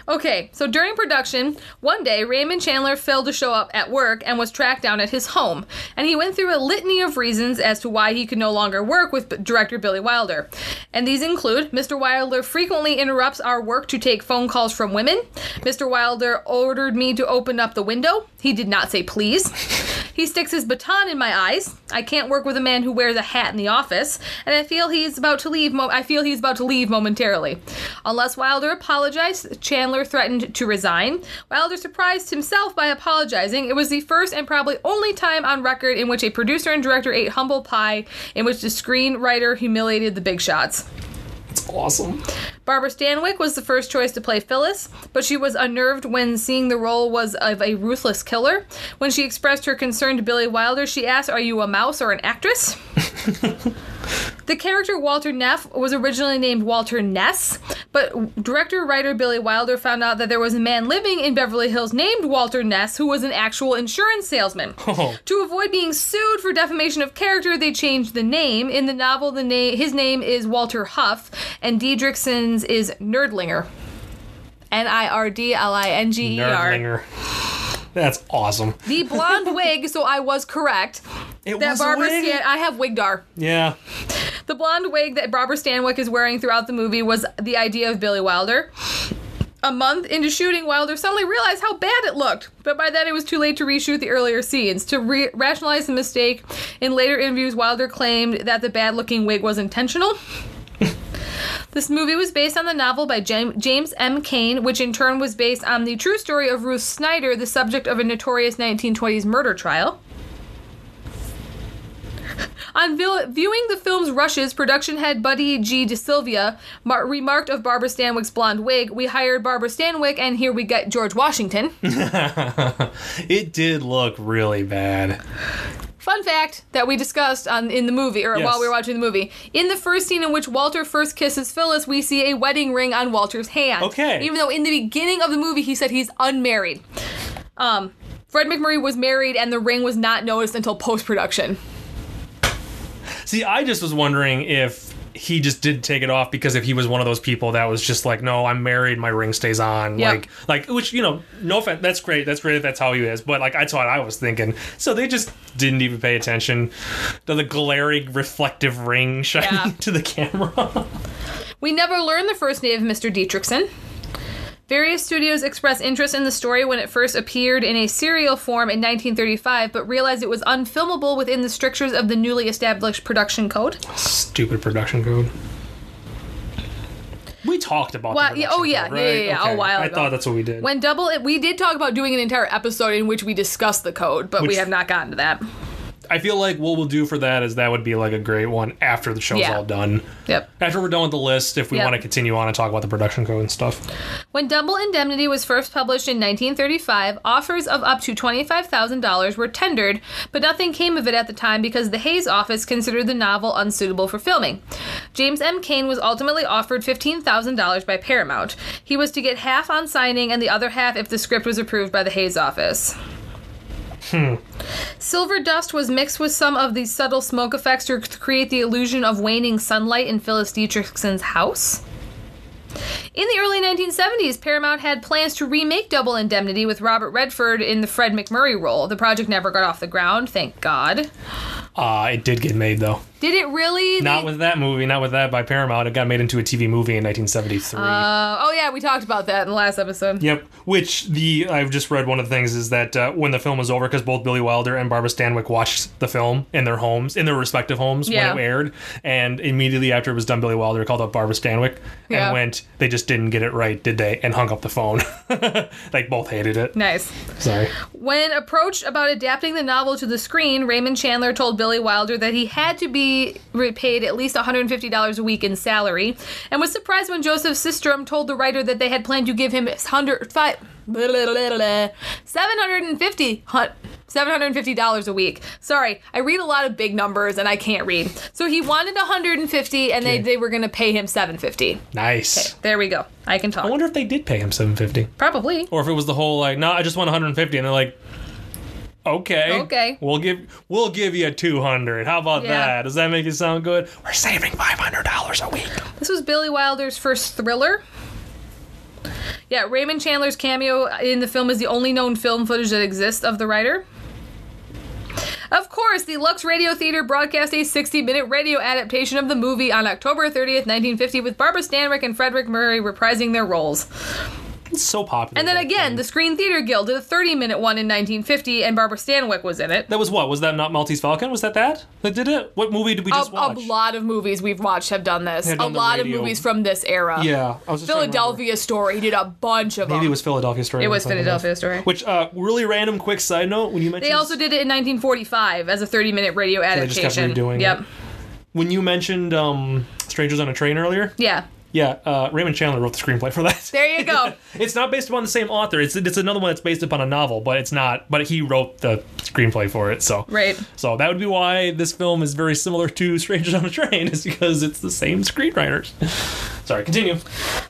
Okay, so during production, one day Raymond Chandler failed to show up at work and was tracked down at his home. And he went through a litany of reasons as to why he could no longer work with B- director Billy Wilder. And these include Mr. Wilder frequently interrupts our work to take phone calls from women. Mr. Wilder ordered me to open up the window. He did not say please. He sticks his baton in my eyes. I can't work with a man who wears a hat in the office, and I feel he's about to leave. Mo- I feel he's about to leave momentarily. Unless Wilder apologized, Chandler threatened to resign. Wilder surprised himself by apologizing. It was the first and probably only time on record in which a producer and director ate humble pie, in which the screenwriter humiliated the big shots. It's awesome. Barbara Stanwyck was the first choice to play Phyllis, but she was unnerved when seeing the role was of a ruthless killer. When she expressed her concern to Billy Wilder, she asked, Are you a mouse or an actress? the character Walter Neff was originally named Walter Ness, but director writer Billy Wilder found out that there was a man living in Beverly Hills named Walter Ness who was an actual insurance salesman. Oh. To avoid being sued for defamation of character, they changed the name. In the novel, the name his name is Walter Huff, and Diedrichson's is Nerdlinger. N I R D L I N G E R. Nerdlinger. That's awesome. The blonde wig, so I was correct. It That was a Barbara wig. Stan I have wigdar. Yeah. The blonde wig that Barbara Stanwyck is wearing throughout the movie was the idea of Billy Wilder. A month into shooting, Wilder suddenly realized how bad it looked, but by then it was too late to reshoot the earlier scenes. To re- rationalize the mistake, in later interviews, Wilder claimed that the bad looking wig was intentional. This movie was based on the novel by Jam- James M. Cain, which in turn was based on the true story of Ruth Snyder, the subject of a notorious 1920s murder trial. On vil- viewing the film's rushes, production head Buddy G. DeSilvia mar- remarked of Barbara Stanwyck's blonde wig, We hired Barbara Stanwyck, and here we get George Washington. It did look really bad. Fun fact that we discussed on in the movie, or Yes. while we were watching the movie. In the first scene in which Walter first kisses Phyllis, we see a wedding ring on Walter's hand. Okay. Even though in the beginning of the movie he said he's unmarried. Um, Fred McMurray was married, and the ring was not noticed until post production. See, I just was wondering if he just did take it off because if he was one of those people that was just like, no, I'm married, my ring stays on, Yeah. like, like which you know, no offense, that's great, that's great if that's how he is, but like that's what I was thinking. So they just didn't even pay attention to the glaring reflective ring shining Yeah. to the camera. We never learn the first name of Mr. Dietrichson. Various studios expressed interest in the story when it first appeared in a serial form in 1935, but realized it was unfilmable within the strictures of the newly established production code. Stupid production code. We talked about Wha- the yeah, oh, production yeah, code, yeah, yeah, right? yeah, a while I ago. thought that's what we did. When double, we did talk about doing an entire episode in which we discussed the code, but we Which- have not gotten to that. I feel like what we'll do for that is that would be like a great one after the show's Yeah. all done. Yep. After we're done with the list, if we Yeah. want to continue on and talk about the production code and stuff. When Double Indemnity was first published in 1935, offers of up to $25,000 were tendered, but nothing came of it at the time because the Hayes office considered the novel unsuitable for filming. James M. Cain was ultimately offered $15,000 by Paramount. He was to get half on signing and the other half if the script was approved by the Hayes office. Silver dust was mixed with some of the subtle smoke effects to create the illusion of waning sunlight in Phyllis Dietrichson's house. In the early 1970s, Paramount had plans to remake Double Indemnity with Robert Redford in the Fred McMurray role. The project never got off the ground, thank God. Uh, it did get made though. Did it really? Not They- with that movie, not with that by Paramount. It got made into a TV movie in 1973. Uh, oh yeah, we talked about that in the last episode. Yep. Which the I've just read one of the things is that uh, when the film was over, because both Billy Wilder and Barbara Stanwyck watched the film in their homes, in their respective homes Yeah. when it aired, and immediately after it was done, Billy Wilder called up Barbara Stanwyck Yeah. and went, "They just didn't get it right, did they?" and hung up the phone. like both hated it. Nice. Sorry. When approached about adapting the novel to the screen, Raymond Chandler told Billy Wilder that he had to be repaid at least $150 a week in salary, and was surprised when Joseph Sistrom told the writer that they had planned to give him 100, fi- 750 hun- $750 a week. Sorry, I read a lot of big numbers and I can't read. So he wanted 150 and they, Okay. they were going to pay him 750. Nice. There we go. I can I talk. wonder if they did pay him 750. Probably. or if it was the whole like, no, I just want 150, and they're like, okay, Okay. we'll give we'll give you 200. How about Yeah. that? Does that make you sound good? We're saving 500 dollars a week. This was Billy Wilder's first thriller. Yeah, Raymond Chandler's cameo in the film is the only known film footage that exists of the writer. Of course, the Lux Radio Theater broadcast a 60 minute radio adaptation of the movie on October 30th, 1950, with Barbara Stanwyck and Frederick Murray reprising their roles. It's so popular. And then back again, the Screen Theater Guild did a 30 minute one in 1950, and Barbara Stanwyck was in it. That was what? Was that not Maltese Falcon? Was that that? That did it? What movie did we A, just a watch? lot of movies we've watched have done this. They've done a the lot radio. of movies from this era. Yeah, I was just trying to remember. Philadelphia Story did a bunch of Maybe them. it was Philadelphia Story. It or was something Philadelphia else. Story. Which, uh, really random, quick side note: when you mentioned they also did it in 1945 as a 30 minute radio just adaptation. kept redoing it. yep. when you mentioned um, Strangers on a Train earlier, Yeah. yeah, uh, Raymond Chandler wrote the screenplay for that. There you go. It's not based upon the same author. It's it's another one that's based upon a novel, but it's not. But he wrote the screenplay for it, so Right. So that would be why this film is very similar to Strangers on a Train, is because it's the same screenwriters. Sorry, continue.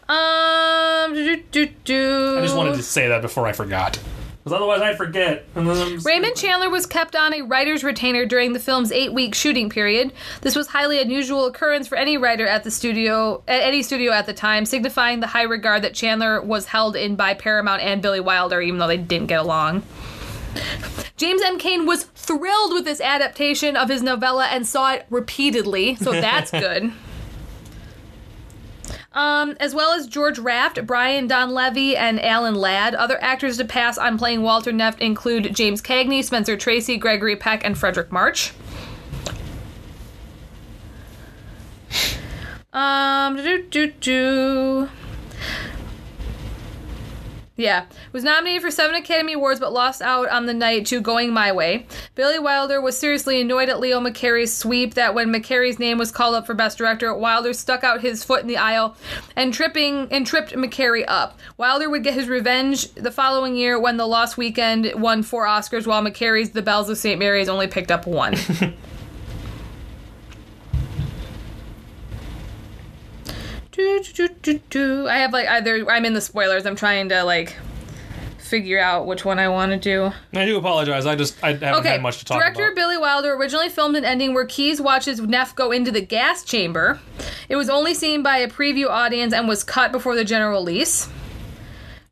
Um. Do, do, do. I just wanted to say that before I forgot, because otherwise I'd forget. And then I'm just- Raymond Chandler was kept on a writer's retainer during the film's eight-week shooting period. This was highly unusual occurrence for any writer at the studio, at any studio at the time, signifying the high regard that Chandler was held in by Paramount and Billy Wilder, even though they didn't get along. James M. Cain was thrilled with this adaptation of his novella and saw it repeatedly, so that's good. Um, as well as George Raft, Brian Don Levy, and Alan Ladd. Other actors to pass on playing Walter Neft include James Cagney, Spencer Tracy, Gregory Peck, and Frederick March. Um, do do do. Yeah, was nominated for seven Academy Awards but lost out on the night to Going My Way. Billy Wilder was seriously annoyed at Leo McCarey's sweep. That when McCarey's name was called up for Best Director, Wilder stuck out his foot in the aisle and tripping and tripped McCarey up. Wilder would get his revenge the following year when The Lost Weekend won four Oscars, while McCarey's The Bells of St. Mary's only picked up one. Do, do, do, do, do. I have like either I'm in the spoilers. I'm trying to like figure out which one I want to do. I do apologize. I just I haven't Okay. had much to talk Director about. Billy Wilder originally filmed an ending where Keys watches Neff go into the gas chamber. It was only seen by a preview audience and was cut before the general release.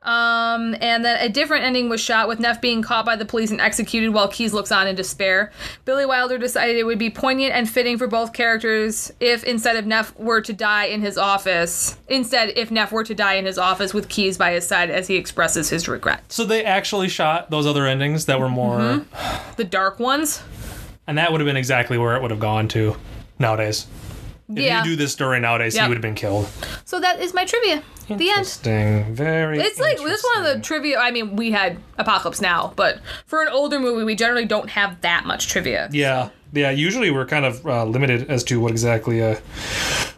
Um, and then a different ending was shot with Neff being caught by the police and executed while Keys looks on in despair. Billy Wilder decided it would be poignant and fitting for both characters if instead of Neff were to die in his office, instead if Neff were to die in his office with Keys by his side as he expresses his regret. So they actually shot those other endings that were more, Mm-hmm. The dark ones. and that would have been exactly where it would have gone to nowadays. If yeah. you do this story nowadays, Yep. he would have been killed. So that is my trivia. The end. Interesting. Very. It's like this is one of the trivia. I mean, we had Apocalypse Now, but for an older movie, we generally don't have that much trivia. Yeah, yeah. Usually we're kind of uh, limited as to what exactly uh,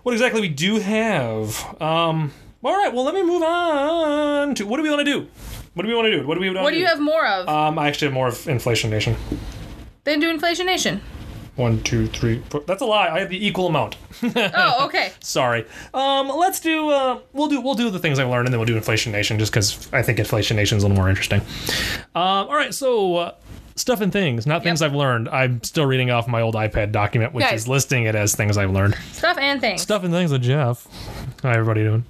what exactly we do have. Um, all right. Well, let me move on to what do we want to do? What do we want to do? What do we want to do? What do you have more of? Um, I actually have more of Inflation Nation. then do Inflation Nation. One, two, three, four. That's a lie. I have the equal amount. Oh, okay. Sorry. Um, let's do. Uh, we'll do. We'll do the things I learned, and then we'll do Inflation Nation, just because I think Inflation Nation is a little more interesting. Um, all right. So. Uh, Stuff and things, not things I've learned. I'm still reading off my old iPad document, which Guys. is listing it as things I've learned. Stuff and things. Stuff and things with Jeff. How everybody doing?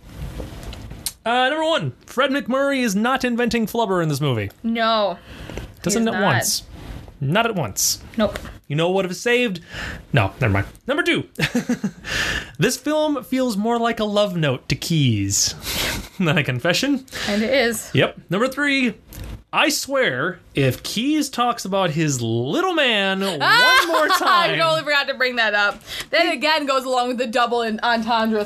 Uh, number one, Fred McMurray is not inventing flubber in this movie. No. Doesn't is at not. once. Not at once. Nope. You know what would have saved? No, never mind. Number two, this film feels more like a love note to Keys than a confession. And it is. Yep. Number three, I swear, if Keys talks about his little man one more I time, totally forgot to bring that up. That again goes along with the double and entendre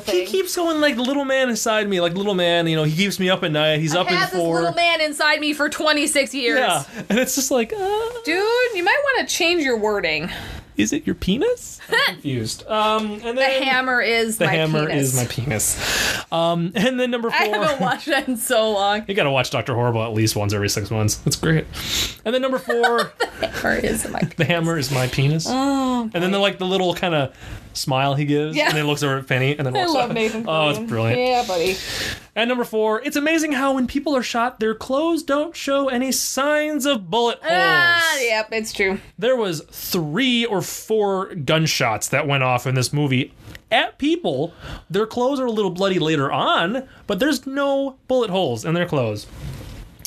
He thing. keeps going like the little man inside me, like little man. You know, he keeps me up at night. He's up I in had this four. little man inside me for 26 years. yeah, and it's just like, uh, Dude, you might want to change your wording. is it your penis? I'm confused. Um, and then The hammer is the my hammer penis. is my penis. Um, and then number four. I haven't watched that in so long. you gotta watch Doctor Horrible at least once every six months. That's great. And then number four, Hammer is my the hammer is my penis. and then the like the little kind of smile he gives, Oh, Yeah. and then looks over at Penny, and then I walks love off. Nathan. Oh, it's Fillion. brilliant. Yeah, buddy. And number four, it's amazing how when people are shot, their clothes don't show any signs of bullet holes. Ah, yep, it's true. There was three or four gunshots that went off in this movie at people. Their clothes are a little bloody later on, but there's no bullet holes in their clothes.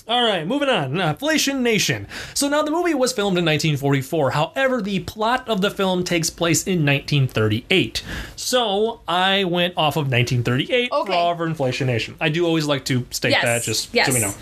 All right, moving on. Inflation Nation. So now the movie was filmed in 1944. However, the plot of the film takes place in 1938. So I went off of 1938 Okay. for all of our Inflation Nation. I do always like to state Yes, that just yes. so we know.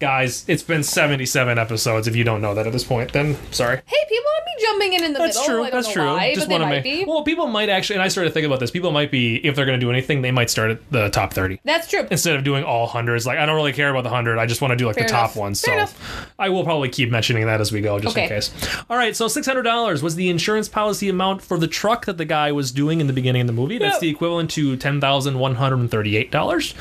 Guys, it's been 77 episodes. If you don't know that at this point, then sorry. Hey, people would be jumping in in the That's middle. true. I don't that's know true. Why, Just but they wanna might make. be. Well, people might actually, and I started thinking about this. People might be, if they're going to do anything, they might start at the top 30 That's true. instead of doing all hundreds. Like I don't really care about the hundred. I just want to do like Fair the top enough. ones. Fair so enough. I will probably keep mentioning that as we go, just in Okay. case. All right. So six hundred dollars was the insurance policy amount for the truck that the guy was doing in the beginning of the movie. That's Yep. the equivalent to ten thousand one hundred and thirty-eight dollars.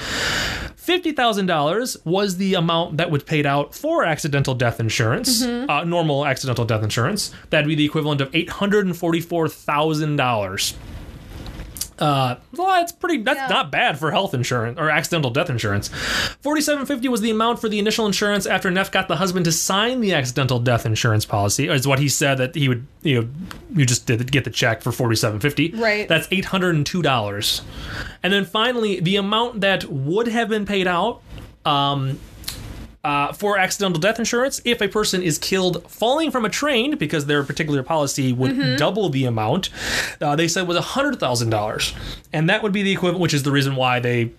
$50,000 was the amount that was paid out for accidental death insurance, Mm-hmm. uh, normal accidental death insurance. That'd be the equivalent of $844,000. Uh, well, that's pretty. That's Yeah. not bad for health insurance or accidental death insurance. Forty-seven fifty was the amount for the initial insurance after Neff got the husband to sign the accidental death insurance policy. Is what he said that he would. You know, you just did get the check for forty-seven fifty. Right. That's eight hundred and two dollars. And then finally, the amount that would have been paid out um, uh, for accidental death insurance if a person is killed falling from a train because their particular policy would double the amount uh, they said was $100000 and that would be the equivalent which is the reason why they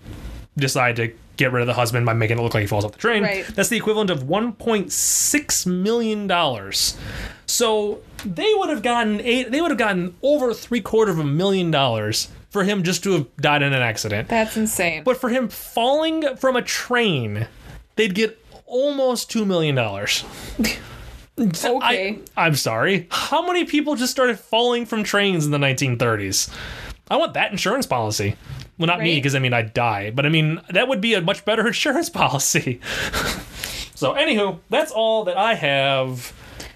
decide to get rid of the husband by making it look like he falls off the train Right. that's the equivalent of $1.6 million so they would have gotten eight they would have gotten over three quarter of a million dollars for him just to have died in an accident That's insane. but for him falling from a train, they'd get almost two million dollars. okay. I'm sorry. How many people just started falling from trains in the 1930s? I want that insurance policy. Well, not me, Right? because I mean I'd die. But I mean that would be a much better insurance policy. so, anywho, that's all that I have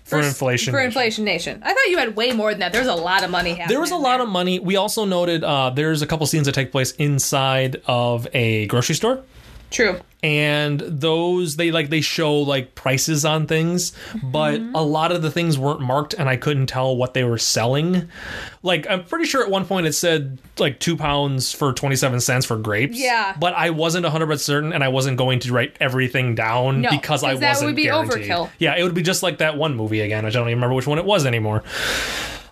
for, inflation. For Nation. inflation nation. I thought you had way more than that. There's a lot of money happening. There was a lot of money. We also noted uh, there's a couple scenes that take place inside of a grocery store. True. and those they like they show like prices on things but Mm-hmm. a lot of the things weren't marked and i couldn't tell what they were selling like i'm pretty sure at one point it said like two pounds for 27 cents for grapes Yeah. but i wasn't 100% certain and i wasn't going to write everything down No, because i 'cause wasn't that would be guaranteed. overkill. yeah it would be just like that one movie again i don't even remember which one it was anymore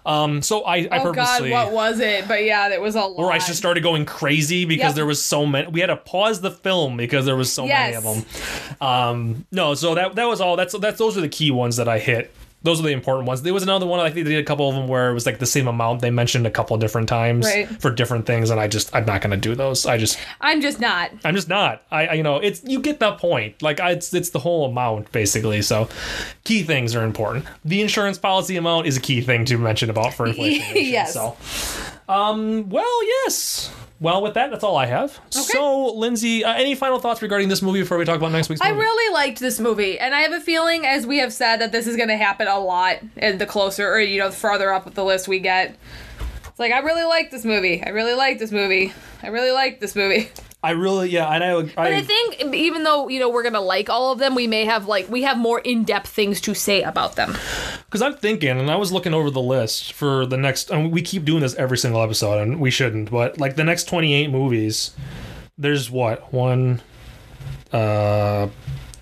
um so i, I Oh purposely God, what was it? But yeah, there was a lot. or I just started going crazy because Yep. there was so many. We had to pause the film because there was so Yes. many of them. Um, no, so that that was all. That's that's those are the key ones that I hit. Those are the important ones. There was another one. I think they did a couple of them where it was like the same amount they mentioned a couple different times Right. for different things, and I just I'm not gonna do those. I just I'm just not. I'm just not. I, I you know it's you get that point. Like I, it's it's the whole amount basically. So key things are important. The insurance policy amount is a key thing to mention about for inflation. Nation. Yes. So, um. Well, yes. Well, with that, that's all I have. So, Lindsay, uh, any final thoughts regarding this movie before we talk about next week's I movie? really liked this movie, and I have a feeling, as we have said, that this is going to happen a lot. And the closer, or you know, the farther up the list we get, it's like I really like this movie. I really like this movie. I really like this movie. I really, yeah, and I, I, But I think, even though you know we're gonna like all of them, we may have like we have more in depth things to say about them. because I'm thinking, and I was looking over the list for the next. And we keep doing this every single episode, and we shouldn't. But like the next 28 movies, there's what one, uh,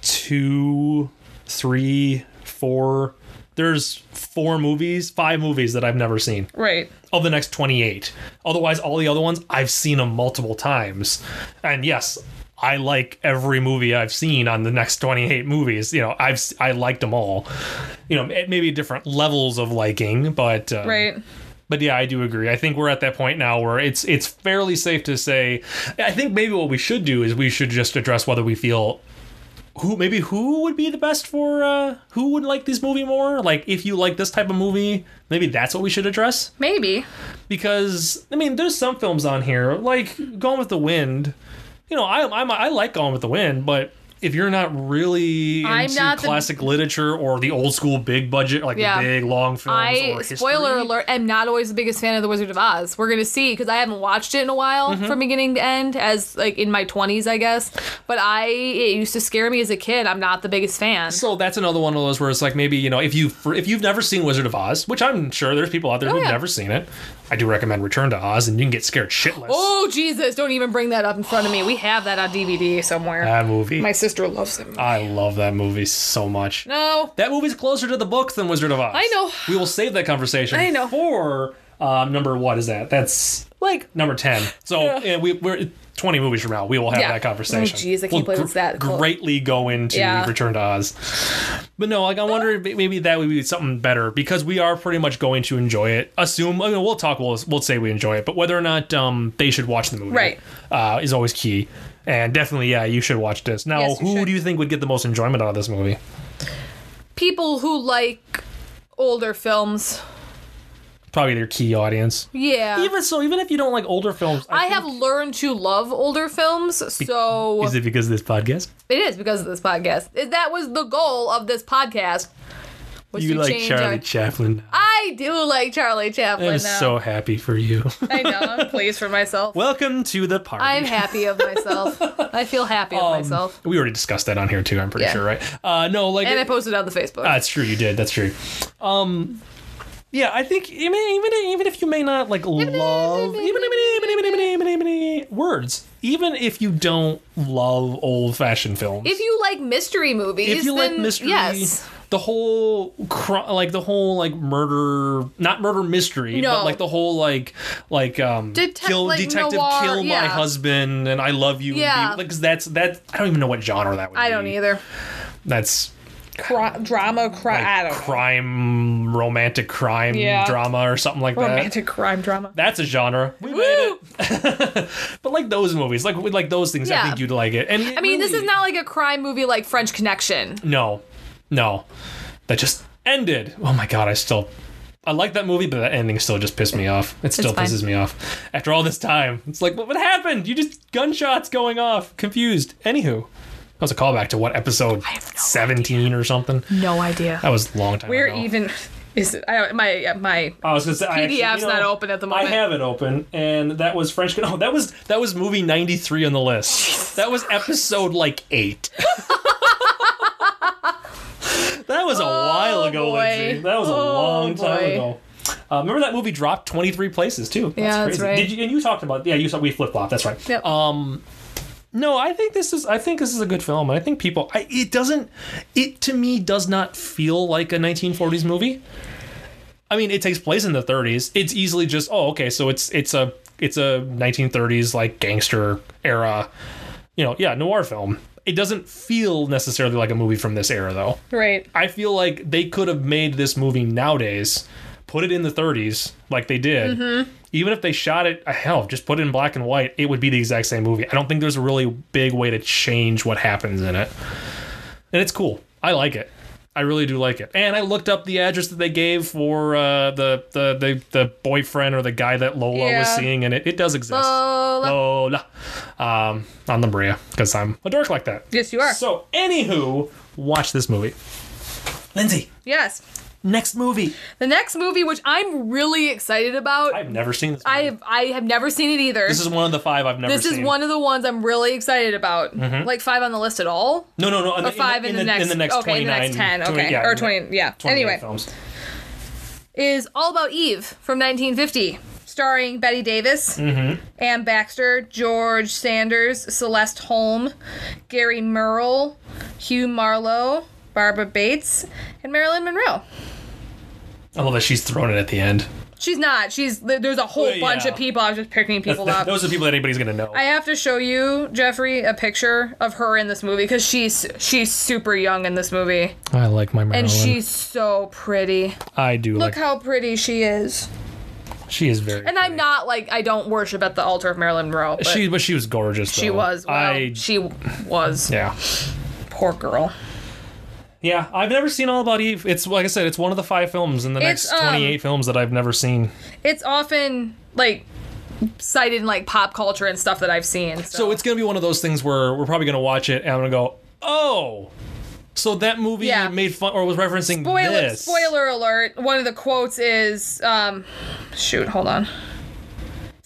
two, three, four. There's four movies, five movies that I've never seen Right. of the next 28. Otherwise, all the other ones I've seen them multiple times. And yes, I like every movie I've seen on the next 28 movies. You know, I've I liked them all. You know, it may be different levels of liking, but um, Right. but yeah, I do agree. I think we're at that point now where it's it's fairly safe to say. I think maybe what we should do is we should just address whether we feel who maybe who would be the best for uh, who would like this movie more. Like if you like this type of movie, maybe that's what we should address Maybe. because I mean, there's some films on here like Gone with the Wind. You know, I I'm, I like Gone with the Wind, but if you're not really into I'm not the- classic literature or the old school big budget, like Yeah. the big long films, I or history, spoiler alert am not always the biggest fan of The Wizard of Oz. We're gonna see because I haven't watched it in a while Mm-hmm. from beginning to end, as like in my twenties, I guess. But I it used to scare me as a kid. I'm not the biggest fan. So that's another one of those where it's like maybe you know if you for, if you've never seen Wizard of Oz, which I'm sure there's people out there Oh, who've yeah. never seen it. I do recommend Return to Oz, and you can get scared shitless. Uh, oh Jesus! Don't even bring that up in front of me. We have that on DVD somewhere. that movie. my sister loves him. I love that movie so much. No. That movie's closer to the book than Wizard of Oz. I know. We will save that conversation. I know. For um, number what is that? That's Like, number ten. So yeah, we, we're twenty movies from now. We will have Yeah. that conversation. Oh, jeez, I can't We'll believe it's that close. Greatly go into Yeah. Return to Oz. But no, like I wonder if maybe that would be something better because we are pretty much going to enjoy it. Assume I mean, we'll talk. We'll we'll say we enjoy it, but whether or not um, they should watch the movie Right. uh, is always key. And definitely, yeah, you should watch this. Now, Yes, you who should. do you think would get the most enjoyment out of this movie? People who like older films. Probably their key audience. Yeah. Even so, even if you don't like older films, I think- have learned to love older films, so Is it because of this podcast? it is because of this podcast. It- That was the goal of this podcast. Was You to like change Charlie our- Chaplin. now. I do like Charlie Chaplin I'm now. so happy for you. I know. I'm pleased for myself. Welcome to the party. I'm happy of myself. I feel happy of Um, myself. We already discussed that on here too. I'm pretty Yeah. sure, right? Uh, no, like And I posted it on the Facebook. that's true. You did. That's true. Um, yeah, I think even even even if you may not like love even, even, even, even, even, even, even, even, words, even if you don't love old fashioned films, if you like mystery movies, if you then like mystery, yes. the whole cr- like the whole like murder, not murder mystery, No. but like the whole like like um Detec- kill like detective noir, kill my yeah. husband and I love you, and Yeah. be- like 'cause that's that I don't even know what genre that would. I don't be. either. That's cri- drama, crime, like I don't know. crime, romantic crime Yeah. drama or something like that. Romantic crime drama. That's a genre. We made it. but like those movies, like with like those things, I Yeah. think you'd like it. And it I mean, this really- is not like a crime movie like French Connection. No, no, that just ended. Oh my god, I still. I like that movie, but that ending still just pissed me off. It still fine. pisses me off. After all this time, it's like, what, what happened? You just gunshots going off. Confused. Anywho, that was a callback to what episode seventeen or something. No idea. That was a long time. Where ago. even is it? I don't, my my I was gonna say I actually- PDF's you not open at the I moment. have it open, and that was French. No, that was that was movie ninety three on the list. That was episode like eight. that was a while ago, Oh, boy. Lindsay. That was a Oh, long time boy. ago. Uh, remember that movie dropped twenty three places too. That's Yeah, that's crazy. right. Did you, and you talked about yeah, you saw we flip flop. That's right. Yep. Um, no, I think this is I think this is a good film. I think people I, it doesn't it to me does not feel like a 1940s movie. I mean, it takes place in the 30s. It's easily just oh, okay, so it's it's a it's a 1930s like gangster era, you know, yeah, noir film. It doesn't feel necessarily like a movie from this era though. right. I feel like they could have made this movie nowadays, put it in the 30s like they did. Even if they shot it, uh, hell, just put it in black and white, it would be the exact same movie. I don't think there's a really big way to change what happens in it. And it's cool. I like it. I really do like it. And I looked up the address that they gave for uh, the, the the the boyfriend or the guy that Lola was Yeah. seeing, and it, it does exist. Lola. Lola. Um, on the Brea, because I'm a dork like that. Yes, you are. So, anywho, watch this movie. Lindsay, Yes. next movie. The next movie, which I'm really excited about, I've never seen this. Movie. I have I have never seen it either. This is one of the five I've never This seen. is one of the ones I'm really excited about. Like five on the list at all? No, no, no. Mm-hmm. in Or the- five in, the, next? in the next okay, in the 29, next ten. Okay, 20 yeah, or in the twenty. Yeah. 29 Anyway, films. is All About Eve from 1950, starring Betty Davis, Mm-hmm. Ann Baxter, George Sanders, Celeste Holm, Gary Merle, Hugh Marlowe, Barbara Bates, and Marilyn Monroe. I love that she's thrown it at the end. She's not. She's there's a whole Well, bunch yeah. of people. I'm just picking people up. Those are the people that anybody's gonna know. I have to show you Jeffrey a picture of her in this movie because she's she's super young in this movie I like my Marilyn. and she's so pretty. I do like. Look how pretty she is. she is very. And I'm not like I don't worship at the altar of Marilyn Monroe. But She, but she was gorgeous. She though. was. Well, I. she was. yeah. Poor girl. Yeah, I've never seen All About Eve. It's like I said, it's one of the five films in the It's, next 28 um, films that I've never seen. It's often like cited in like pop culture and stuff that I've seen. So, So it's gonna be one of those things where we're probably gonna watch it and I'm gonna go, oh, so that movie Yeah. made fun or was referencing spoiler. this. Spoiler alert. One of the quotes is, um, shoot, hold on.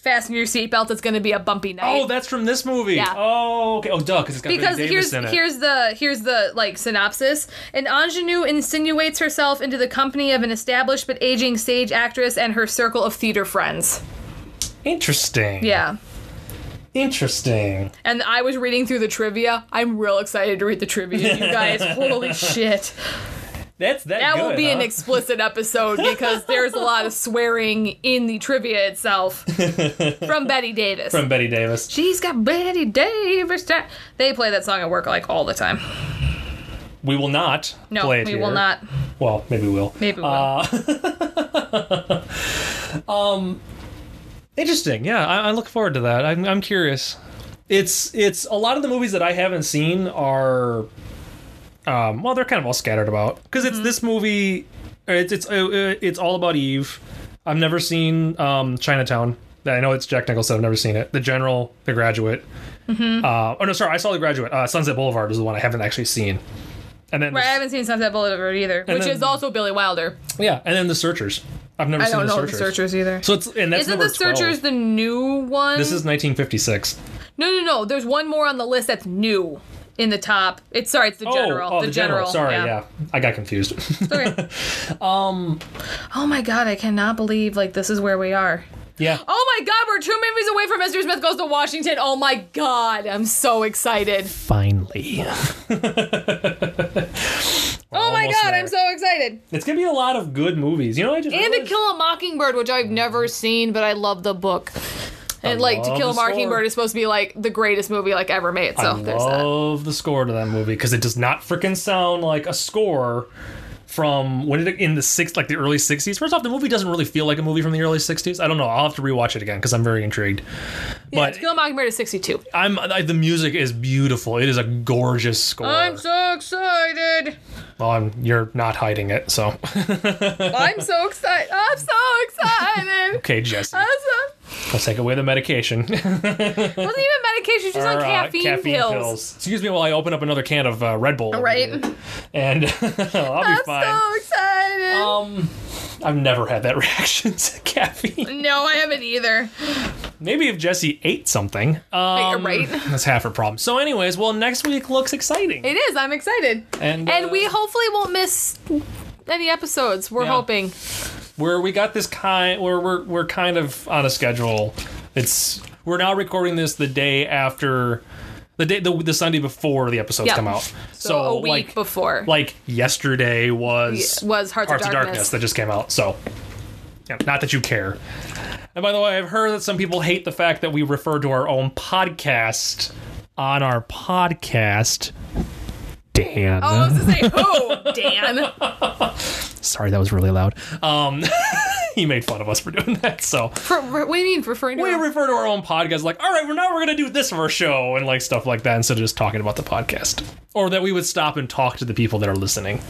Fasten your seatbelt. It's going to be a bumpy night. Oh, that's from this movie. Yeah. Oh, okay. Oh, duh, because it's got because Betty here's Davis in it. here's the here's the like synopsis. An ingenue insinuates herself into the company of an established but aging stage actress and her circle of theater friends. Interesting. Yeah. Interesting. And I was reading through the trivia. I'm real excited to read the trivia, you guys. Holy shit. That's that. That good, will be an huh? explicit episode because there's a lot of swearing in the trivia itself from Betty Davis. from Betty Davis. She's got Betty Davis. ta- They play that song at work like all the time. We will not No, play we it here. Uh, will not. Well, maybe we will. Maybe we will. Interesting. Yeah, I, I look forward to that. I'm, I'm curious. It's it's a lot of the movies that I haven't seen are, um, well, they're kind of all scattered about because Mm-hmm. it's this movie. It's it's uh, it's all about Eve. I've never seen um, Chinatown. I know it's Jack Nicholson. I've never seen it. The General, The Graduate. Mm-hmm. Uh, oh no, sorry, I saw The Graduate. Uh, Sunset Boulevard is the one I haven't actually seen. And then Right, I the- haven't seen Sunset Boulevard either, which then- is also Billy Wilder. yeah, and then The Searchers. I've never I seen don't The know Searchers. the Searchers either. So it's and that's Isn't number the Searchers 12. the new one? This is 1956. no, no, no. There's one more on the list that's new in the top. It's sorry, it's the general. Oh, oh, the, general. Sorry, yeah. Um, I got confused. um. Oh my god, I cannot believe like this is where we are. yeah. Oh my god, we're two movies away from Mr. Smith Goes to Washington. Oh my god, I'm so excited. Finally. oh my almost god, there. I'm so excited. It's gonna be a lot of good movies. You know, I just And To realized- Kill a Mockingbird, which I've never seen, but I love the book. And like Mm-hmm. To love Kill the a score. Mockingbird is supposed to be like the greatest movie like ever made. So I there's that. love the score to that movie because it does not freaking sound like a score from when it in the six like the early sixties. First off, the movie doesn't really feel like a movie from the early sixties. I don't know. I'll have to rewatch it again because I'm very intrigued. Yeah, But to Kill a Mockingbird is 62. I'm I, the music is beautiful. It is a gorgeous score. I'm so excited. well, I'm, you're not hiding it, so I'm so excited. I'm so excited. okay, Jesse, I'm so- let's take away the medication. wasn't even medication. She's on Or, uh, caffeine, pills. Excuse me while I open up another can of uh, Red Bull. over Right? here. And I'll be I'm fine. so excited. Um, I've never had that reaction to caffeine. no, I haven't either. Maybe if Jesse ate something. Um, right? That's half her problem. So, anyways, well, next week looks exciting. It is. I'm excited. and and uh, we hopefully won't miss any episodes. We're Yeah. hoping. where we got this kind where we're we're kind of on a schedule. It's we're now recording this the day after the day the, the Sunday before the episodes Yeah. come out. So, So, a week like, before. like yesterday was Yeah, was Hearts of Darkness. that just came out. So, yeah, not that you care. And by the way, I've heard that some people hate the fact that we refer to our own podcast on our podcast. Dan, oh, I was gonna say, oh, Dan. sorry, that was really loud. Um, he made fun of us for doing that. So For, for- what do you mean referring to? we him? refer to our own podcast like, all right, we're now we're gonna do this for a show and like stuff like that instead of just talking about the podcast, or that we would stop and talk to the people that are listening.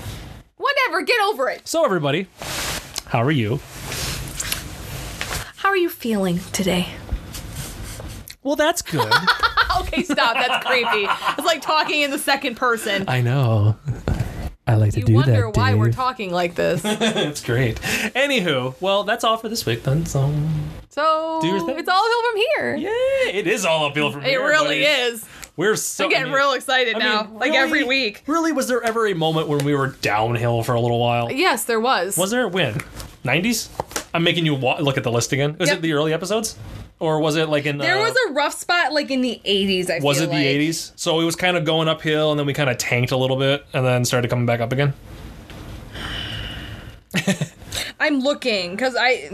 Whatever. Get over it. So everybody, how are you? How are you feeling today? Well, that's good. Okay, stop. That's creepy. It's like talking in the second person. I know. I like to You wonder why we're talking like this. That's great. Anywho, well, that's all for this week then. So So Do your thing. it's all uphill from here. yeah, it is all uphill from It here. buddy. really is. We're so I'm getting I mean- real excited I mean, now. like every really- week. Really, was there ever a moment when we were downhill for a little while? Yes, there was. Was there when? Nineties? I'm making you wa- look at the list again. Was Yep. it the early episodes, or was it like in? There uh, was a rough spot like in the 80s, I Was feel it the like. 80s? So it was kind of going uphill, and then we kind of tanked a little bit, and then started coming back up again. I'm looking because I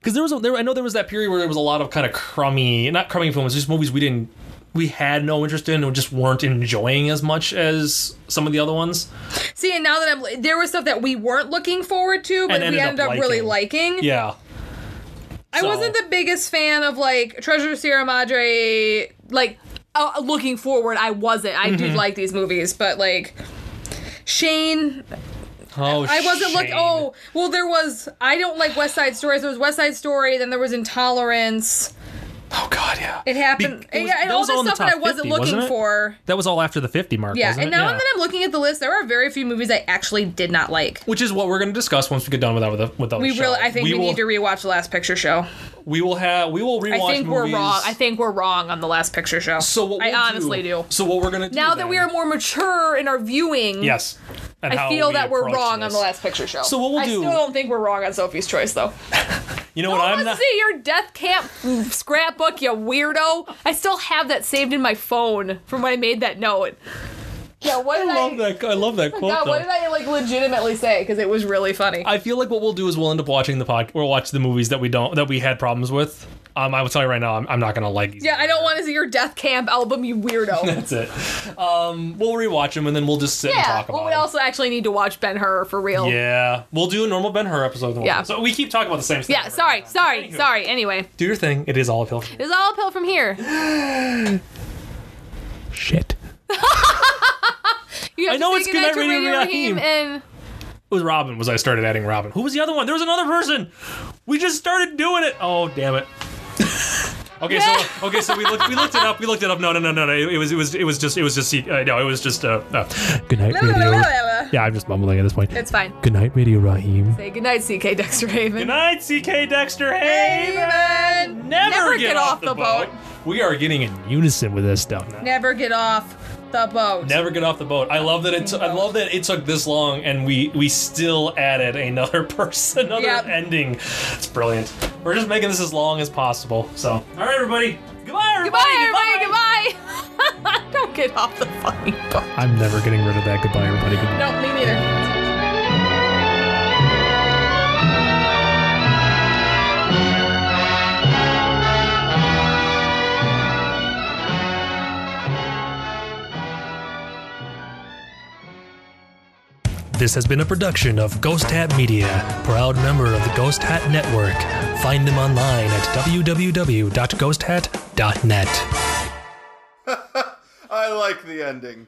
because there was a, there I know there was that period where there was a lot of kind of crummy, not crummy films, just movies we didn't we had no interest in or just weren't enjoying as much as some of the other ones. see and now that I'm there was stuff that we weren't looking forward to, but And we ended ended up up, really liking. liking. Yeah. I wasn't the biggest fan of like Treasure of Sierra Madre. uh, like oh, looking forward i wasn't i do Mm-hmm. like these movies but like Shane, Oh, I wasn't Shane. looking. Oh, well, there was. I don't like West Side Stories. There was West Side Story. Then there was Intolerance. oh God, yeah. It happened. Be- it was- yeah, and that all was this all in the stuff that I top wasn't 50, looking wasn't it? for. That was all after the fifty mark. Yeah, wasn't and it? now and then I'm looking at the list. There are very few movies I actually did not like. Which is what we're going to discuss once we get done with our with our We show. really, I think we, will, need to rewatch the Last Picture Show. We will have. We will rewatch. i think we're movies. wrong i think we're wrong on the last picture show So what i we'll honestly do, So what we're going to do now that then- we are more mature in our viewing yes, and i how feel we that we're approach wrong on this. the last picture show So what we'll i do- still don't think we're wrong on sophie's choice though You know No what one I'm wants not to see your death camp scrapbook, you weirdo. I still have that saved in my phone from when I made that note. Yeah, what did I I? love that I love that quote Oh God, though. what did I like legitimately say? Because it was really funny. I feel like what we'll do is we'll end up watching the pod. We'll watch the movies that we don't that we had problems with. Um, I will tell you right now, I'm, I'm not gonna like. these. yeah, I don't want to see your death camp album, you weirdo. That's it. Um, we'll rewatch them and then we'll just sit and yeah, talk well, about we them. also actually need to watch Ben Hur for real. Yeah, we'll do a normal Ben Hur episode. then we'll- Yeah. So we keep talking about the same stuff. Yeah, every sorry, time. sorry, Anywho, sorry. Anyway, Do your thing. It is all uphill. from here. it was all uphill from here. Shit. You I have know to it's say Goodnight goodnight to Radio Radio Raheem. Raheem and It was Robin. Was I started adding Robin? Who was the other one? There was another person. We just started doing it. Oh damn it. okay, so okay, so we looked we looked it up. We looked it up. No, no, no, no, no. It, it was it was it was just it was just uh, no. It was just uh, uh good night Yeah, I'm just mumbling at this point. it's fine. Good night, Radio Raheem. Say goodnight, CK Dexter Haven. Good night, CK Dexter. Hey, Haven. never, Never get, off, the, boat. We are getting in unison with this stuff now. Never get off the boat. Never get off the boat. I love that it. T- I love that it took this long, and we we still added another person, another Yep. ending. It's brilliant. We're just making this as long as possible. So, all right, everybody. Goodbye, everybody. Goodbye, everybody. Goodbye. Don't get off the fucking boat. I'm never getting rid of that. Goodbye, everybody. Goodbye. No, me neither. This has been a production of Ghost Hat Media, proud member of the Ghost Hat Network. Find them online at www.ghosthat.net. I like the ending.